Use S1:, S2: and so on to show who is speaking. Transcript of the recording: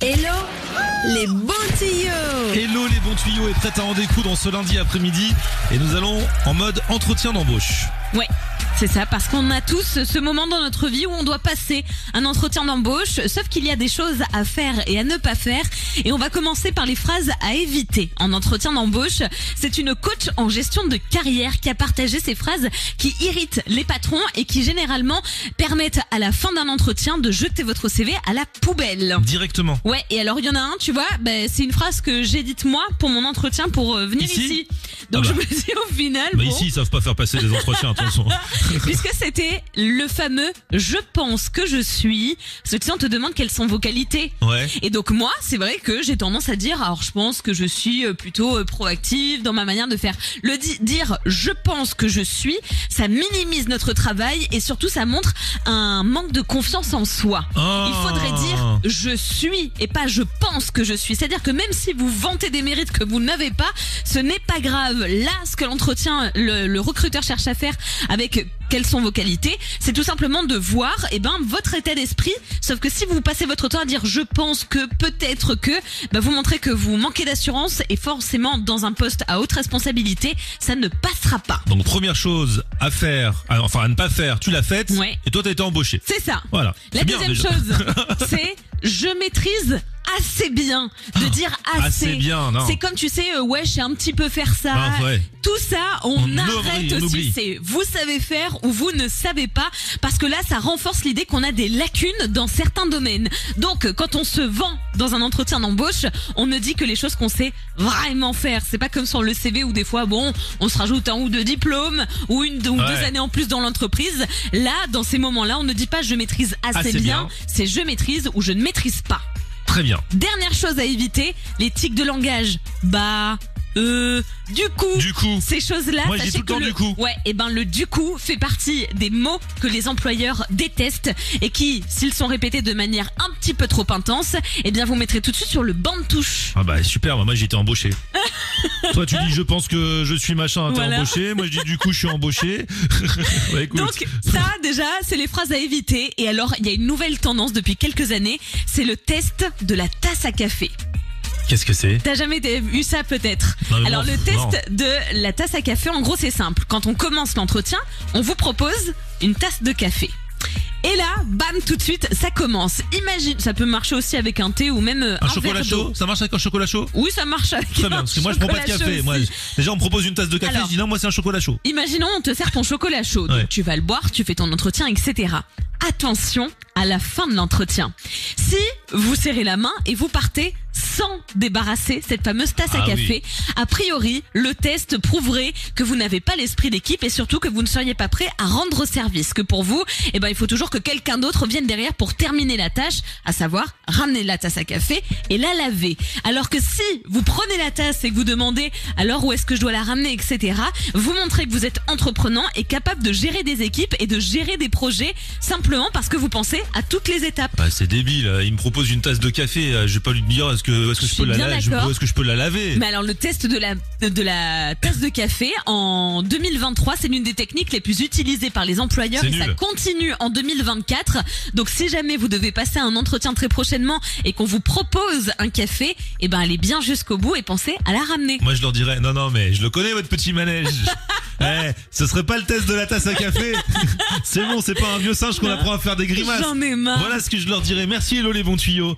S1: Hello les bons tuyaux
S2: Hello les bons tuyaux est prête à en découdre ce lundi après-midi et nous allons en mode entretien d'embauche.
S3: Ouais. C'est ça, parce qu'on a tous ce moment dans notre vie où on doit passer un entretien d'embauche, sauf qu'il y a des choses à faire et à ne pas faire. Et on va commencer par les phrases à éviter en entretien d'embauche. C'est une coach en gestion de carrière qui a partagé ces phrases qui irritent les patrons et qui généralement permettent à la fin d'un entretien de jeter votre CV à la poubelle.
S2: Directement.
S3: Ouais, et alors il y en a un, tu vois, ben, c'est une phrase que j'ai dite moi pour mon entretien pour euh, venir
S2: Ici
S3: ici. Donc
S2: Ah bah.
S3: je me dis au final,
S2: Bah
S3: bon,
S2: ici ils savent pas faire passer des entretiens, attention.
S3: puisque c'était le fameux je pense que je suis, parce que tu sais, on te demande quelles sont vos qualités.
S2: Ouais.
S3: Et donc moi, c'est vrai que j'ai tendance à dire, alors je pense que je suis euh, plutôt euh, proactive dans ma manière de faire. Le di- dire je pense que je suis, ça minimise notre travail et surtout ça montre un manque de confiance en soi.
S2: Ah.
S3: Il faudrait dire je suis et pas je pense que je suis. C'est-à-dire que même si vous vantez des mérites que vous n'avez pas, ce n'est pas grave. Là, ce que l'entretien, le, le recruteur cherche à faire avec quelles sont vos qualités, c'est tout simplement de voir eh ben, votre état d'esprit. Sauf que si vous passez votre temps à dire je pense que, peut-être que, bah, vous montrez que vous manquez d'assurance et forcément dans un poste à haute responsabilité, ça ne passera pas.
S2: Donc première chose à faire, ah, enfin à ne pas faire, tu l'as faite
S3: Ouais.
S2: et toi t'as été embauché.
S3: C'est ça.
S2: Voilà.
S3: La
S2: C'est bien,
S3: deuxième
S2: déjà.
S3: chose, c'est je maîtrise assez bien. De dire assez.
S2: Ah, Assez bien, non.
S3: C'est comme tu sais, euh, ouais, je sais un petit peu faire ça.
S2: Ah, ouais.
S3: Tout ça, on,
S2: On oublie,
S3: arrête
S2: on oublie.
S3: aussi. C'est vous savez faire ou vous ne savez pas, parce que là, ça renforce l'idée qu'on a des lacunes dans certains domaines. Donc, quand on se vend dans un entretien d'embauche, on ne dit que les choses qu'on sait vraiment faire. C'est pas comme sur le CV où des fois, bon, on se rajoute un ou deux diplômes ou une ou
S2: Ouais.
S3: deux années en plus dans l'entreprise. Là, dans ces moments-là, on ne dit pas je maîtrise assez,
S2: Assez Ah, bien.
S3: bien. c'est je maîtrise ou je ne maîtrise pas.
S2: Très bien.
S3: Dernière chose à éviter, les tics de langage. Bah, euh, du coup.
S2: Du coup,
S3: ces choses-là,
S2: Moi, je dis
S3: sachez
S2: tout
S3: que
S2: le temps du coup.
S3: Ouais, et ben le du coup fait partie des mots que les employeurs détestent et qui, s'ils sont répétés de manière un petit peu trop intense, eh bien vous mettrez tout de suite sur le banc de touche.
S2: ah bah super, moi j'ai été embauché. toi tu dis je pense que je suis machin, t'es
S3: Voilà.
S2: embauché. Moi je dis du coup je suis embauché. Bah, écoute.
S3: Donc ça déjà, c'est les phrases à éviter. Et alors, il y a une nouvelle tendance depuis quelques années, c'est le test de la tasse à café.
S2: Qu'est-ce que c'est
S3: T'as jamais été- eu ça peut-être
S2: Non, mais
S3: Alors
S2: bon,
S3: le
S2: non.
S3: test de la tasse à café, en gros c'est simple. Quand on commence l'entretien, on vous propose une tasse de café. Et là, bam, tout de suite, ça commence. Imagine, ça peut marcher aussi avec un thé ou même euh, un,
S2: Un chocolat
S3: verre d'eau.
S2: chaud Ça marche avec un chocolat chaud
S3: Oui, ça marche avec
S2: Très
S3: un
S2: bien, parce que moi je prends pas de
S3: chocolat
S2: café.
S3: chaud
S2: Moi,
S3: aussi.
S2: je- déjà on me propose une tasse de café,
S3: Alors.
S2: je dis non, moi c'est un chocolat chaud.
S3: Imaginons, on te sert ton chocolat chaud. Donc,
S2: Ouais.
S3: tu vas le boire, tu fais ton entretien, etc. Attention à la fin de l'entretien. Si vous serrez la main et vous partez sans débarrasser cette fameuse tasse
S2: Ah
S3: à café, a priori, le test prouverait que vous n'avez pas l'esprit d'équipe et surtout que vous ne seriez pas prêt à rendre service. Que pour vous, eh ben, il faut toujours que quelqu'un d'autre vienne derrière pour terminer la tâche, à savoir ramener la tasse à café et la laver. Alors que si vous prenez la tasse et que vous demandez alors où est-ce que je dois la ramener, etc., vous montrez que vous êtes entreprenant et capable de gérer des équipes et de gérer des projets simplement parce que vous pensez à toutes les étapes.
S2: Bah, c'est débile, euh, il me propose une tasse de café, euh, je vais pas lui dire est-ce que, est-ce que
S3: Je
S2: je, peux
S3: suis
S2: la,
S3: bien
S2: la- je-
S3: d'accord.
S2: ou est-ce que je peux la laver
S3: Mais alors le test de la de la tasse de café en 2023, c'est l'une des techniques les plus utilisées par les employeurs
S2: C'est
S3: et ça
S2: nul.
S3: continue en 2024. Donc si jamais vous devez passer un entretien très prochainement et qu'on vous propose un café, eh ben allez bien jusqu'au bout et pensez à la ramener.
S2: Moi je leur dirais non, non, mais je le connais votre petit manège. Eh, ce serait pas le test de la tasse à café. c'est bon, c'est pas un vieux singe qu'on apprend à faire des grimaces.
S3: J'en ai marre.
S2: Voilà ce que je leur dirais. Merci Hello les bons tuyaux.